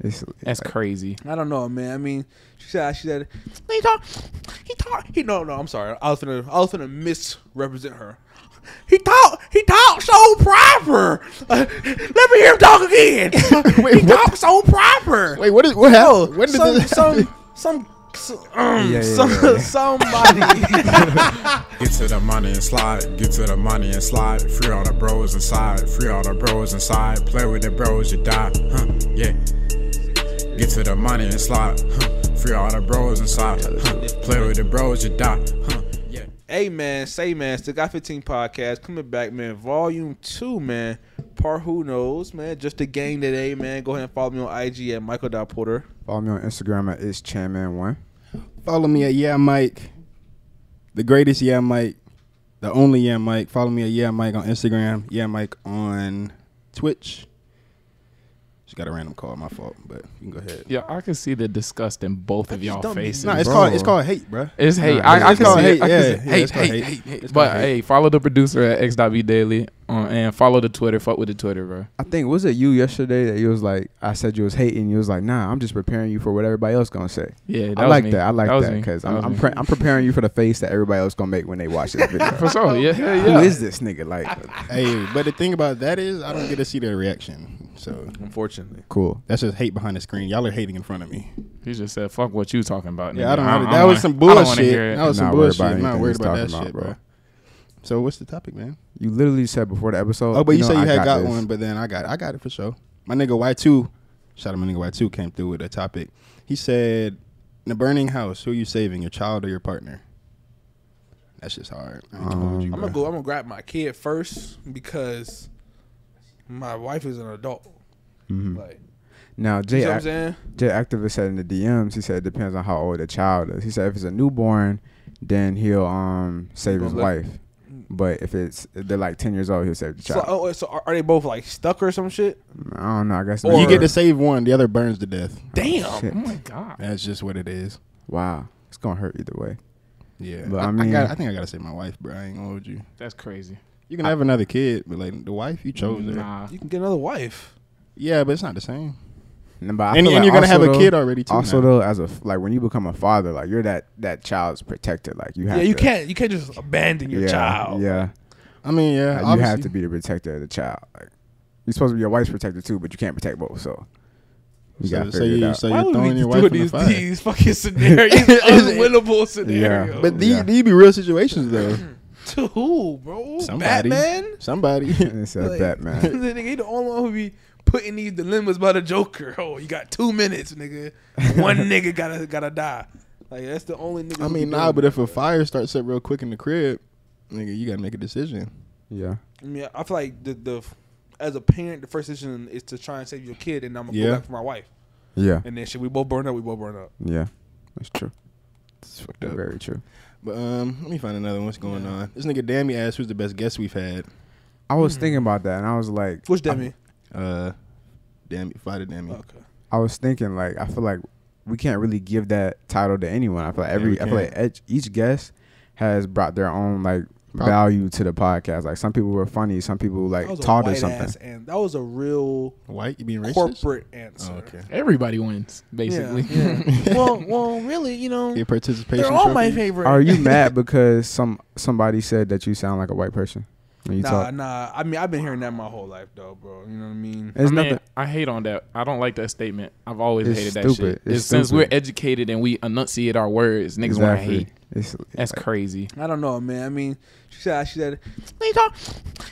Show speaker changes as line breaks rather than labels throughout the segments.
It's,
That's crazy.
I don't know, man. I mean, she said she said he talk, he talk. He no, no. I'm sorry. I was gonna, I was gonna misrepresent her. He talk, he talk so proper. Uh, let me hear him talk again.
Wait,
he
what
talk so proper.
Wait, what is what happened? What did
some,
this
some, some, some, um,
Yeah, yeah,
some,
yeah, yeah.
somebody.
Get to the money and slide, get to the money and slide. Free all the bros inside, free all the bros inside. Play with the bros, you die, huh? Yeah. Get to the money and slide, huh? Free all the bros inside, huh? Play with the bros, you die, huh? Yeah.
hey man, say man, still got 15 podcast coming back, man. Volume two, man. Part who knows, man. Just a game today, man. Go ahead and follow me on IG at Michael Dot Porter.
Follow me on Instagram at it's Chairman One.
Follow me at Yeah Mike, the greatest Yeah Mike, the only Yeah Mike. Follow me at Yeah Mike on Instagram, Yeah Mike on Twitch. Just got a random call, my fault, but you can go ahead.
Yeah, I can see the disgust in both of y'all
don't be-
faces.
No, it's
Bro.
called it's called hate, bruh.
It's hate.
Nah,
I, I
it's
can
called
see
hate.
hate. I can
Yeah,
see
yeah,
hate,
it's called
hate, hate,
hate.
hate.
It's
But
called hate.
hey, follow the producer at XW Daily on, and follow the Twitter. Fuck with the Twitter, bro.
I think was it you yesterday that you was like I said you was hating. You was like, nah, I'm just preparing you for what everybody else gonna say.
Yeah, that
I
was
like
me.
that. I like
was
that
me.
because
That
I'm
was
I'm,
me.
pre- I'm preparing you for the face that everybody else gonna make when they watch this video.
for sure. Yeah, yeah,
Who
yeah.
is this nigga? Like,
Hey, but the thing about that is I don't get to see their reaction. So
Unfortunately.
cool.
that's just hate behind the screen. Y'all are hating in front of me.
He just said, "Fuck what you talking about."
Yeah,
nigga.
I don't know.
I
That was
wanna-
some
I don't wanna
bullshit.
hear it.
That was
Not
some
worried
bullshit.
about
I'm not
anything
worried
he's
about that
talking about,
shit,
bro.
bro. So what's the topic, man?
You literally said before the episode.
Oh, but you,
know
say you
I
had got,
this.
one, but then I got I got it for sure. My nigga Y two, shout out my nigga Y two came through with a topic. He said, "In a burning house, who you saving, your child or your partner?" That's just hard. I ain't gonna
Um,
hold you,
I'm
bro.
gonna go. I'm gonna grab my kid first because my wife is an adult.
Mm-hmm.
Like,
Now
you
Jay,
know what
Ac-
I'm saying?
Jay Activist said in the DMs, he said it depends on how old the child is. He said if it's a newborn, then he'll um save his
Let-
wife. But if it's if they're like ten years old, he'll save the
So,
child.
oh, so are, are they both like stuck or some shit?
I don't know. I guess
Or-
you get to save one, the other burns to death.
Damn.
Shit.
Oh my god.
That's just what it is.
Wow, it's gonna hurt either way.
Yeah,
But
I,
I
I
mean-
got- I think I gotta save my wife, bro. I ain't gonna hold you.
That's crazy.
You can have another kid, but like the wife you chose, her.
Nah.
You can get another wife.
yeah, but it's not the same.
And, but I
and
feel
and
like
you're gonna have
also
a
though-
kid already too.
Also
now.
though, as a f- like when you become a father, like you're that that child's protector. Like you have.
Yeah, you
to,
can't. You can't just abandon your
yeah,
child.
Yeah,
I mean, yeah,
Like, you have
obviously.
to be the protector of the child. Like you're supposed to be your wife's protector too, but you can't protect both. So you
So,
gotta
so,
figure it
you,
out.
so
Why
you're
would
throwing
we
your
do
wife in the
these,
fire.
these fucking scenarios? unwinnable scenarios.
But
Yeah.
these, these be real situations though.
to who, bro?
Somebody.
Batman.
Somebody.
It's a
Like,
Batman.
the nigga, he the only one who be putting these dilemmas by the Joker. Oh, you got two minutes, nigga. One nigga gotta gotta die. Like that's the only nigga.
I
who
mean,
be
nah,
doing
but
it.
if a fire starts up real quick in the crib, nigga, you gotta make a decision.
yeah.
I mean, I feel like the the as a parent, the first decision is to try and save your kid, and I'm gonna
Yeah.
go back for my wife.
Yeah.
And then shit, we both burn up. We both burn up.
Yeah. That's true.
It's fucked up.
Very true.
But um, let me find another one. What's going on? This nigga Dammy asked who's the best guest we've had.
I was thinking about that, and I was like,
Which that mean?
Uh, Dammy, fighter Dammy.
Okay.
I was thinking like, I feel like we can't really give that title to anyone. I feel like every,
we
I feel like each, each guest has brought their own like
Prob-
value to the podcast. Like some people were funny, some people
That
like
was a
taught us
white
something.
ass, and that was a real
White, you being racist?
corporate answer.
Oh, okay.
Everybody wins
Yeah,
basically.
yeah. well, well, really, you know,
Your participation.
they're all my
trophy?
favorite.
Are you mad because some somebody said that you sound like a white person when you
nah,
talk?
nah. I mean, I've been hearing that my whole life, though, bro. You know what I mean?
It's
I mean,
nothing.
I hate on that. I don't like that statement. I've always
It's
hated that
stupid.
shit.
It's
It's since we're
stupid.
educated and we enunciate our words, niggas want to hate.
It's,
That's crazy.
I don't know, man. I mean, she said, she said, he talk,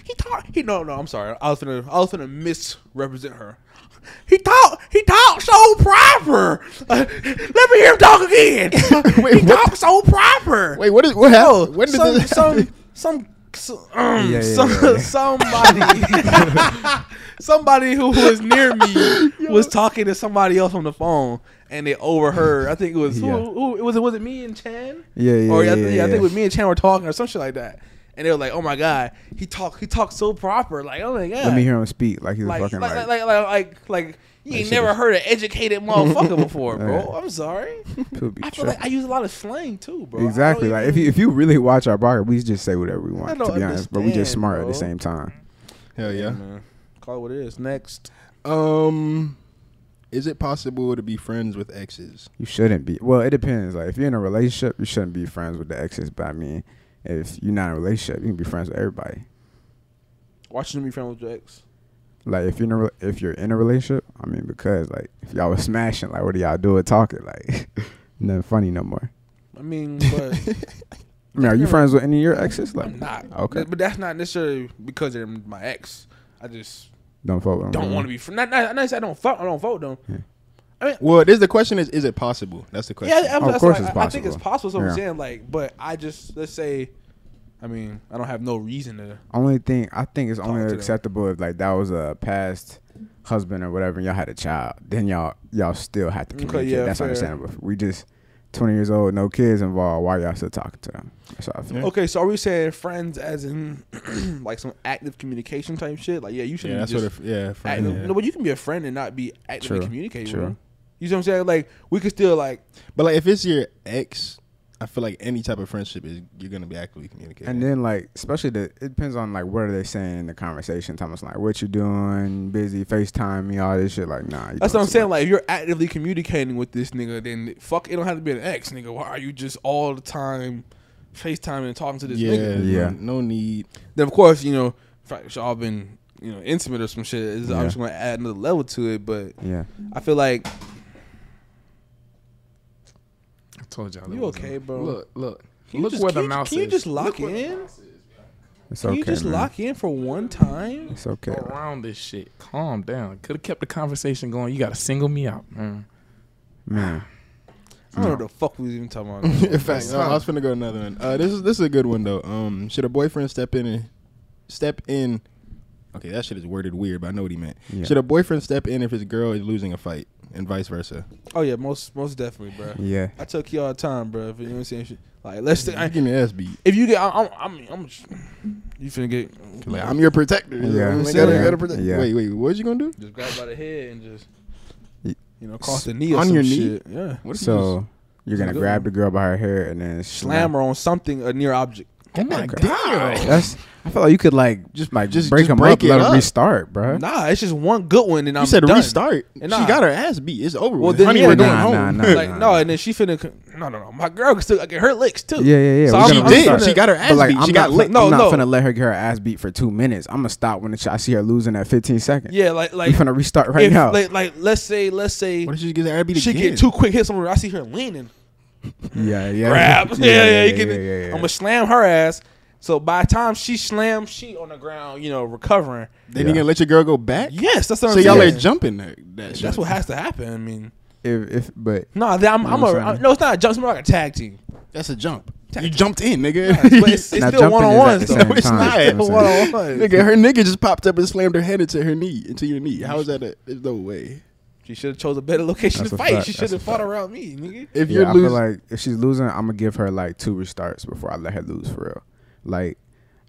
he talk, he no, no. I'm sorry. I was gonna, I was gonna misrepresent her. He talk, he talk so proper. Uh, let me hear him talk again.
Wait,
he
what
talk so proper.
Wait, what is what happened? What did
some,
this?
some, some, some, um,
Yeah, yeah,
some,
yeah, yeah.
somebody, somebody who was near me was talking to somebody else on the phone, and they overheard. I think it was
Yeah.
who, who, it was. Was it me and Chan?
Yeah, yeah,
Or I,
yeah,
think- I
yeah.
think it was me and Chan were talking or some shit like that, and they were like, "Oh my god, he talk, he talks so proper. Like, oh my god,
Let me hear him speak like he's a
like,
fucking
like, like,
like,
like, like, like, like, you ain't never heard an educated motherfucker before, bro. I'm sorry.
could be
I feel
true.
like I use a lot of slang too, bro. I don't
Exactly. Like if
even-
you if you really watch our podcast, we just say whatever we want.
I
To
don't
be honest, but we just
understand,
smart at
bro.
the same time.
Hell yeah.
man. Call it what it is. Next.
Um, Is it possible to be friends with exes?
You shouldn't be. Well, it depends. Like if you're in a relationship, you shouldn't be friends with the exes. But I mean, if you're not in a relationship, you can be friends with everybody.
Watching them be friends with your ex.
Like if you're in a, re- if you're in a relationship, I mean, because like if y'all was smashing, like what do y'all do? Talking like nothing funny no more.
I mean, but
I mean, are you friends with any of your exes? Like
I'm not.
Okay,
But that's not necessarily because they're my ex. I just
don't fuck with them.
don't want to be friends. Not, not, not say I don't fuck. I don't vote them.
Well, this the question is: Is it possible? That's the question.
Yeah, I'm,
Of
that's
course
why
it's
I, I think it's
possible.
possible. So
Yeah.
I'm saying like, but I just let's say, I mean, I don't have no reason to.
Only thing I think it's
to
only
them.
acceptable if like that was a past husband or whatever, and y'all had a child. Then y'all y'all still have to
Okay,
communicate.
yeah,
That's
fair.
understandable. If we just twenty years old, no kids involved. Why y'all still talking to them? That's how I feel.
Okay, so are we saying friends as in like some active communication type shit? Like, yeah, you should.
yeah
not
that's
just
what. If, yeah, friend,
active-
yeah.
No, but you can be a friend and not be actively
True,
communicating
true.
with them. You see what I'm saying? Like, we could still like.
But like, if it's your ex, I feel like any type of friendship is you're gonna be actively communicating.
And then like especially the it depends on like what are they saying in the conversation. Thomas like what you doing, busy, FaceTime me, all this shit. Like nah, you
That's what
doing
I'm
too
saying.
much.
Like, if you're actively communicating with this nigga, then fuck, it don't have to be an ex, nigga. Why are you just all the time FaceTiming and talking to this
yeah,
nigga?
Yeah.
No, no need.
Then of course, you know, in fact, it's all been you know intimate or some shit. It's
Yeah.
obviously going to add another level to it, but
yeah,
I feel like
I told y'all. that
You
wasn't-
okay, bro?
Look, look,
can you
look
just,
where
can
the
you-
mouse
Can
is.
you just lock in?
it's
Can
okay.
you just
man.
lock in for one time?
It's okay. man.
around this shit. Calm down. Could have kept the conversation going. You gotta single me out, man.
Man,
I don't know what the fuck we was even talking about.
In fact, no, I was finna go another one. Uh, this is this is a good one though. Um, should a boyfriend step in and step in? Okay, that shit is worded weird, but I know what he meant.
Yeah.
Should a boyfriend step in if his girl is losing a fight, and vice versa?
oh yeah, most most definitely, bro.
yeah.
I tell you all the time, bro. If you know what I'm saying, shit. like let's say,
You
I,
give me an ass beat.
if you get, I'm, I'm, I'm, you finna get
Like I'm your protector. You know
Yeah.
what I'm
Yeah.
saying? I gotta protect-
Yeah.
Wait, wait. What you gonna do?
just grab by the head and just
Y-
you know cross the knee or
on
some
your knee?
shit. Yeah,
What if you
So you're gonna
good
grab
one.
the girl by her hair and then
slam her on something a near object.
Oh my
Okay.
god.
That's. I feel like you could like just like
Just-
break
just
them
break
up,
it
let
up.
them restart, bro.
Nah, it's just one good one, and
You
I'm
said
done.
restart.
And
she
nah.
got her ass beat. It's over.
Well,
with.
then,
Honey,
yeah,
we're
nah,
going home.
nah, nah,
like no, and then she finna. co- No, no, no. My girl can still I get her licks too.
Yeah, yeah, yeah.
So
We're
I'm,
She
gonna
I'm
did.
starting
She
to-
got her ass
But like,
beat.
I'm
she
not,
got licked.
no,
No,
I'm not
no.
finna let her get her ass beat for two minutes. I'm gonna stop when it's- I see her losing at 15 seconds.
Yeah, like
I'm
like
finna restart right
if,
now.
Like, like let's say let's say
What if she gets her ass beat
she
again?
get two quick hits on her. I see her leaning.
yeah, yeah,
Grab. Yeah, yeah, you can,
yeah, yeah.
I'm gonna slam her ass. So by the time she slams, she on the ground, you know, recovering.
Then
Yeah.
you gonna let your girl go back?
Yes, that's what I'm
So y'all
saying.
are jumping her. That
That's what has to happen. I mean,
If, if, but
no, that I'm,
You know
I'm
what
a
I'm saying?
no. It's not a jump. It's more like a tag team.
That's a jump. You jumped in, nigga.
But it's, it's
Now,
still
jumping
one on
is at
ones
the
though.
same
No, it's
time,
not.
you know what I'm
One
saying?
on ones.
nigga, her nigga just popped up and slammed her head into her knee, into your knee. How is that? A, there's no way.
She should have chose a better location
That's
to
a
fight.
fact.
She should
That's
have
a
fought around me, nigga.
If
yeah,
you're
I feel
losing,
like if she's losing, I'm gonna give her like two restarts before I let her lose for real. Like,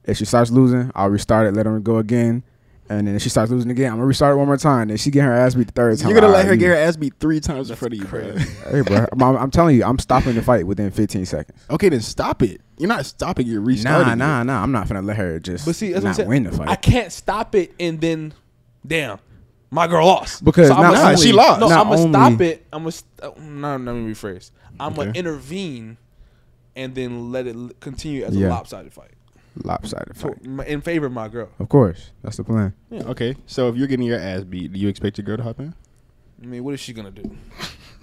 if she starts losing, I'll restart it, let her go again. And then if she starts losing again, I'm gonna restart it one more time. Then she get her ass beat the third time.
you're gonna let
Ah,
her
you-
get her ass beat three times in front of you, bro.
Hey, bro, I'm, I'm telling you, I'm stopping the fight within 15 seconds.
Oh,
Okay, then stop it. You're not stopping. You're restarting.
Nah,
it.
nah, nah. I'm not gonna let her just
But see, that's
not
what I'm saying.
win the fight.
I can't stop it and then, damn, my girl lost.
Because
I'm
not
gonna-
only-
she lost.
No,
not
I'm gonna stop
only-
it. I'm gonna st- uh, no, no, let me rephrase. I'm gonna
Okay.
intervene and then let it l- continue as
Yeah.
a lopsided fight
Lopsided
So,
fight.
my- in favor of my girl.
Of course, that's the plan.
Okay, so if you're getting your ass beat, do you expect your girl to hop in?
I mean, what is she gonna do?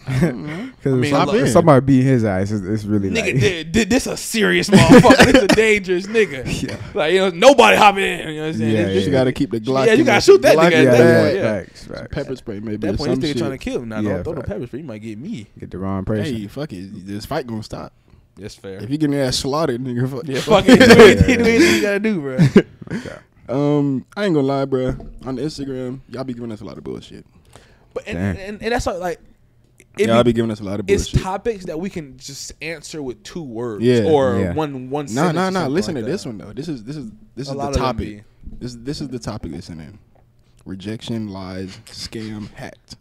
Because
mean,
if,
look-
if somebody beat his ass, it's, it's really
Nigga,
like,
did, did this a serious motherfucker? this a dangerous nigga.
Yeah.
Like you know, nobody hop in. You know what I'm saying? It's
Yeah,
You
just-
just gotta keep the Glock.
Yeah, you
in
gotta
the-
shoot that
Glock
nigga
in
at
the
that
bag.
point, yeah.
facts, facts.
Pepper spray, maybe.
At that
or
point,
some
this nigga
shit.
trying to kill him. Now,
Yeah,
don't throw the
fact.
pepper spray. You might get me.
Get the wrong person.
Hey, fuck it. This fight gonna stop.
That's fair.
If you getting your ass slaughtered, nigga, fuck.
Yeah, fuck it. Do anything, do anything you gotta do, bro.
Um, I ain't gonna lie, bro. On Instagram, y'all be giving us a lot of bullshit.
But and,
Damn.
and, and, that's why, like, it
y'all
be-
be giving us a lot of
it's
bullshit.
topics that we can just answer with two words
Yeah,
or
yeah.
one one.
No,
sentence
no, no.
or something
Listen
like
to this
that.
one though. This is this is this
A
is
lot
the
of them
topic.
be.
This this is the topic it's in. Rejection, lies, scam, hacked.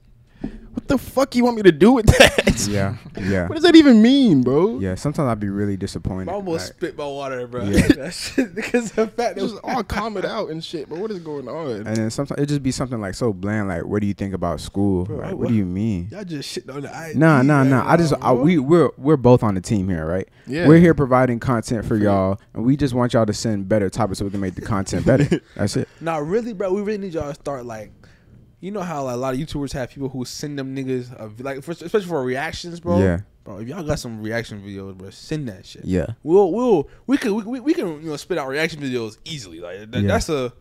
What the fuck you want me to do with that?
Yeah, yeah,
What does that even mean, bro?
yeah. Sometimes I'd be really disappointed.
I almost
like,
spit my water, bro.
Yeah.
That shit- because the fact
It was
that
all comment out and shit, but what is going on?
and then sometimes it just be something like so bland. Like, what do you think about school?
Bro,
like,
I
what,
wa-
do you mean?
y'all just shit on the ID.
Nah, nah,
man.
nah. I just I,
bro.
we we're we're both on the team here, right?
Yeah.
We're here providing content for y'all, and we just want y'all to send better topics so we can make the content better. That's it.
Nah, really, bro. We really need y'all to start like, you know how like, a lot of YouTubers have people who send them niggas of like, for, especially for reactions, bro.
Yeah.
Bro, if y'all got some reaction videos, bro, send that shit.
Yeah.
We'll we'll we can we, we, we can you know spit out reaction videos easily. Like that,
Yeah.
that's a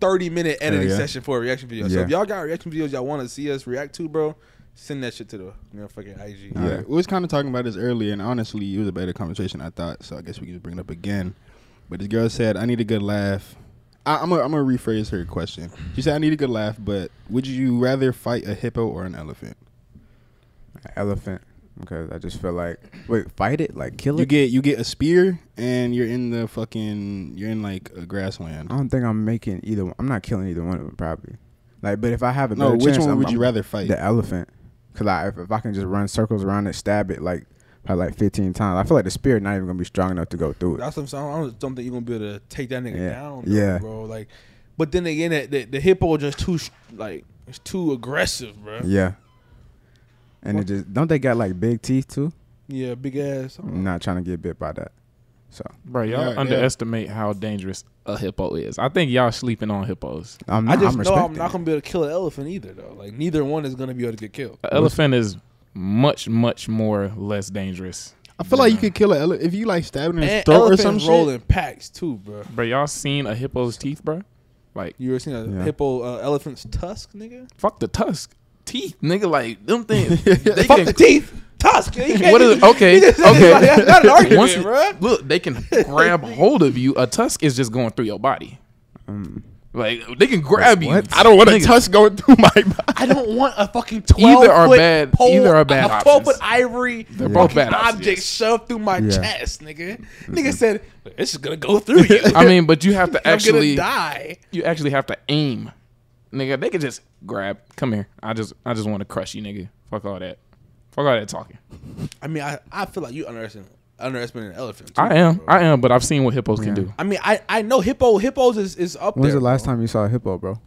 thirty minute editing
yeah.
session for a reaction video. So
Yeah.
if y'all got reaction videos y'all want to see us react to, bro, send that shit to the you know, fucking IG.
Yeah. We was kind of talking about this earlier, and honestly, it was a better conversation I thought. So I guess we can just bring it up again. But this girl said, "I need a good laugh." I, I'm gonna I'm gonna rephrase her question. She said, "I need a good laugh, but would you rather fight a hippo or an elephant?"
Elephant. Because I just feel like wait, fight it, like kill
You
it.
get you get a spear, and you're in the fucking you're in like a grassland.
I don't think I'm making either. one. I'm not killing either one of them probably. Like, but if I have a
No,
better
which
chance,
one
I'm-
would you
I'm-
rather fight?
The elephant. Cause I, if, if I can just run circles around it, stab it like probably like 15 times. I feel like the spear not even gonna be strong enough to go through it.
That's what I'm saying. I don't, don't think you're gonna be able to take that nigga
Yeah.
down, though,
Yeah.
bro. Like, but then again, that- the, the hippo just too sh- like it's too aggressive, bro. Yeah,
Yeah. And it just don't they got like big teeth too?
big ass.
I'm not trying to get bit by that. So
Bro, y'all
Yeah, yeah.
underestimate how dangerous a hippo is. I think y'all sleeping on hippos.
I'm
I
not,
just
I'm
know I'm
respecting
not
it.
gonna be able to kill an elephant either, though. Like, neither one is gonna be able to get killed.
An elephant is much, much more less dangerous.
I feel like you could kill an elephant if you like stab it in
And
his throat or
elephants
some
roll
shit.
in packs too, bro.
Bro, y'all seen a hippo's teeth, bro? Like,
You ever seen a
Yeah.
hippo uh, elephant's tusk, nigga?
fuck the tusk. Teeth, nigga, like them things. they
Fuck
can-
the teeth, tusk. You can't
What is
just-
okay?
you just-
Okay,
that's not an argument,
Once it-
bro.
Look, they can grab hold of you. A tusk is just going through your body.
Mm.
Like they can grab you.
What?
I don't want
A tusk going through my body.
I don't want a fucking twelve
are
foot
bad-
pole,
either are bad
a twelve foot
options.
ivory
They're both bad options,
object
yes.
shoved through my
Yeah.
chest, nigga. Nigga said, "This is gonna go through you.
I mean, but you have to
Actually, I'm gonna
actually.
die."
You actually have to aim, nigga. They can just grab. Come here. I just I just want to crush you, nigga. Fuck all that. Fuck all that talking.
I mean, I, I feel like you underestimate underestimate an elephant. too,
I am.
bro.
I am. But I've seen what hippos
Yeah.
can do
I mean, I, I know hippo hippos is, is up
When's
there.
the last
bro.
time you saw a hippo, bro?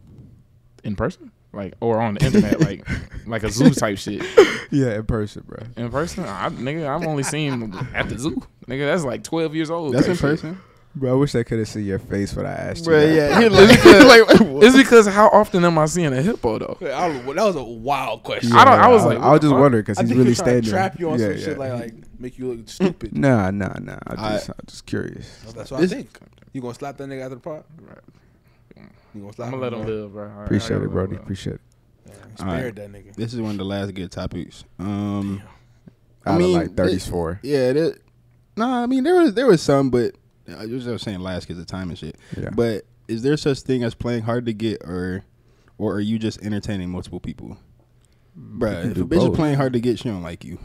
in person, like or on the internet, like like a zoo type shit.
yeah, in person, bro.
In person, I, nigga, I've only seen at the zoo. Nigga, that's like twelve years old.
That's in
That shit.
person,
Bro, I wish I could have seen your face when I asked
bro.
you. that.
Yeah, he like, like,
It's because how often am I seeing a hippo though?
Yeah, I don't- that was a wild question.
I don't- I was
I,
like,
I
what
was
the
just
fuck?
wondering because
I
he's
think he
really
was trying
standing.
to trap you on
yeah,
some
yeah.
shit like like make you look stupid.
Nah, nah, nah. I
I-
just, I, am just curious.
That's what I
This-
think. You gonna slap that nigga after the pot?
Right.
You gonna slap
I'm gonna let
him?
him live, bro. All right,
Appreciate
I'll
it,
let
Brody.
him live.
Appreciate it.
Spared
All right.
that nigga.
This is one of the last good topics. Um,
Out
mean,
of like 34.
yeah, that, nah. I mean, there was there was some, but I was just saying last because of time and shit.
Yeah.
But is there such thing as playing hard to get, or or are you just entertaining multiple people? Bruh,
can
if
do
a bitch
both.
is playing hard to get, she don't like you.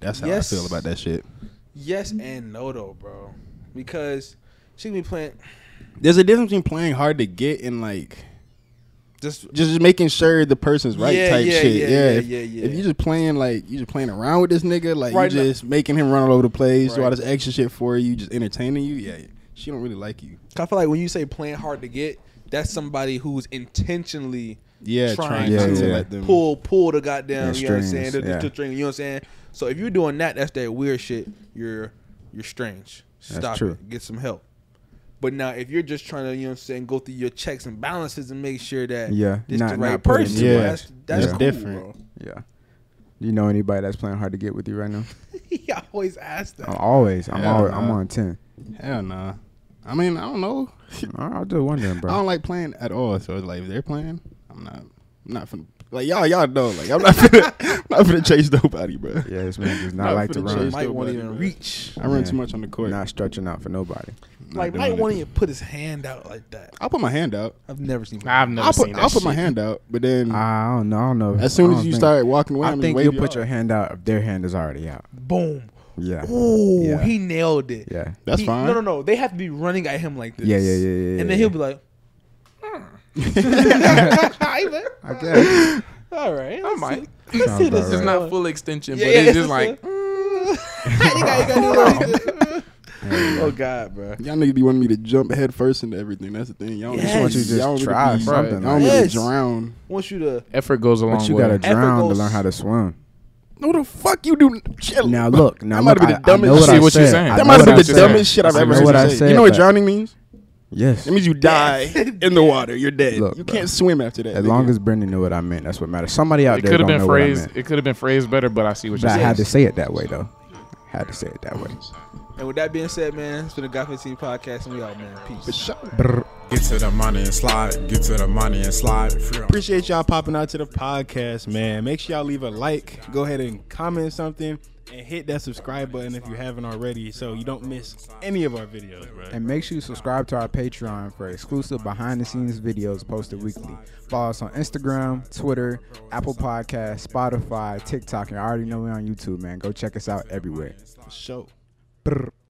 That's how
Yes.
I feel about that shit.
Yes and no though, bro. Because she can be playing
There's a difference between playing hard to get and like
just
just making sure the person's right
Yeah,
type
yeah,
shit.
yeah,
Yeah,
yeah,
if,
yeah, yeah.
If you just playing like you just playing around with this nigga, like
Right,
you
no-
just making him run all over the place, do all
Right.
this extra shit for you, just entertaining you. Yeah, she don't really like you.
I feel like when you say playing hard to get, that's somebody who's intentionally
Yeah,
trying
trying,
Yeah,
not to
yeah.
let them
pull pull the goddamn
Yeah,
you know what I'm saying
strings,
the, the
yeah.
two string you know what I'm saying so if you're doing that that's that weird shit you're you're strange
That's
stop
true.
it get some help but now if you're just trying to you know what I'm saying go through your checks and balances and make sure that
Yeah,
this
not-
the right
not putting
person
too
bro.
much.
that's that's
Yeah.
cool,
Different.
bro.
Yeah. Do you know anybody that's playing hard to get with you right now?
I always ask that
I'm always. I'm
Hell
always. I'm
nah.
on 10.
Hell nah. I mean, I don't know.
I was just wondering,
I
bro.
don't like playing at all. So it's like if they're playing, I'm not I'm not finna like y'all y'all know. Like I'm not finna I'm not finna chase nobody, bro.
Yeah, this man does not
Not
like
for
to
the
run.
chase.
might
still
won't
buddy,
even
bro.
reach
I run
Yeah.
too much on the court.
Not stretching out for nobody.
Not
like
doing
might
it.
won't even put his hand out like that
I'll put my hand out.
I've never seen
I've never
I'll
seen
put
that.
I'll put my
shit.
hand out, but then
I don't know. I don't know.
as soon
I
as
don't
you
think-
start walking away,
I
I'm
think
just
you'll
wave
put your
off.
hand out if their hand is already out.
boom
Yeah.
Ooh,
Yeah.
he nailed it.
Yeah.
That's
He-
fine.
No, no, no. They have to be running at him like this.
Yeah, yeah, yeah, Hmm. yeah, yeah,
And then
yeah.
he'll be like,
I guess.
All right.
I might.
Let's see this.
It's
Right. Hmm.
not full extension, but it's just like
oh God, bro.
Y'all niggas be wanting me to jump head first into everything. That's the thing. Y'all
Yes.
want
want you
you
to just
y'all don't
try
really be,
something.
Y'all don't
like-
really
Yes.
drown.
Want you to
effort goes a long
but you
way.
gotta drown to
goes-
learn how to swim.
No, the fuck you do. Chill.
Now look, now
That
look,
might've been
I,
the
I know
dumbest- I
what I
see
what you're
said.
saying.
I
That
know
might have
what
been
I
the
said.
dumbest shit I've
I
ever
know
heard
what
you
I
say.
said,
You know what
but-
drowning means?
Yes.
It means you die in the water. You're dead.
Look,
you
bro.
can't swim after that.
As long
nigga.
as Brendan knew what I meant, that's what matters. Somebody out
It
there
could have
don't
been
know what I meant.
phrased. It could have been phrased better, but I see what
But
you're
I had
saying.
to say it that way though. Had to say it that way.
And with that being said, man, it's been a God 15 podcast, and we out, man. Peace.
For sure.
Get to the money and slide. Get to the money and slide. Free on
Appreciate y'all popping out to the podcast, man. Make sure y'all leave a like, go ahead and comment something, and hit that subscribe button if you haven't already, so you don't miss any of our videos, bro.
And make sure you subscribe to our Patreon for exclusive behind the scenes videos posted weekly. Follow us on Instagram, Twitter, Apple Podcasts, Spotify, TikTok, and I already know we're on YouTube, man. Go check us out everywhere.
Show.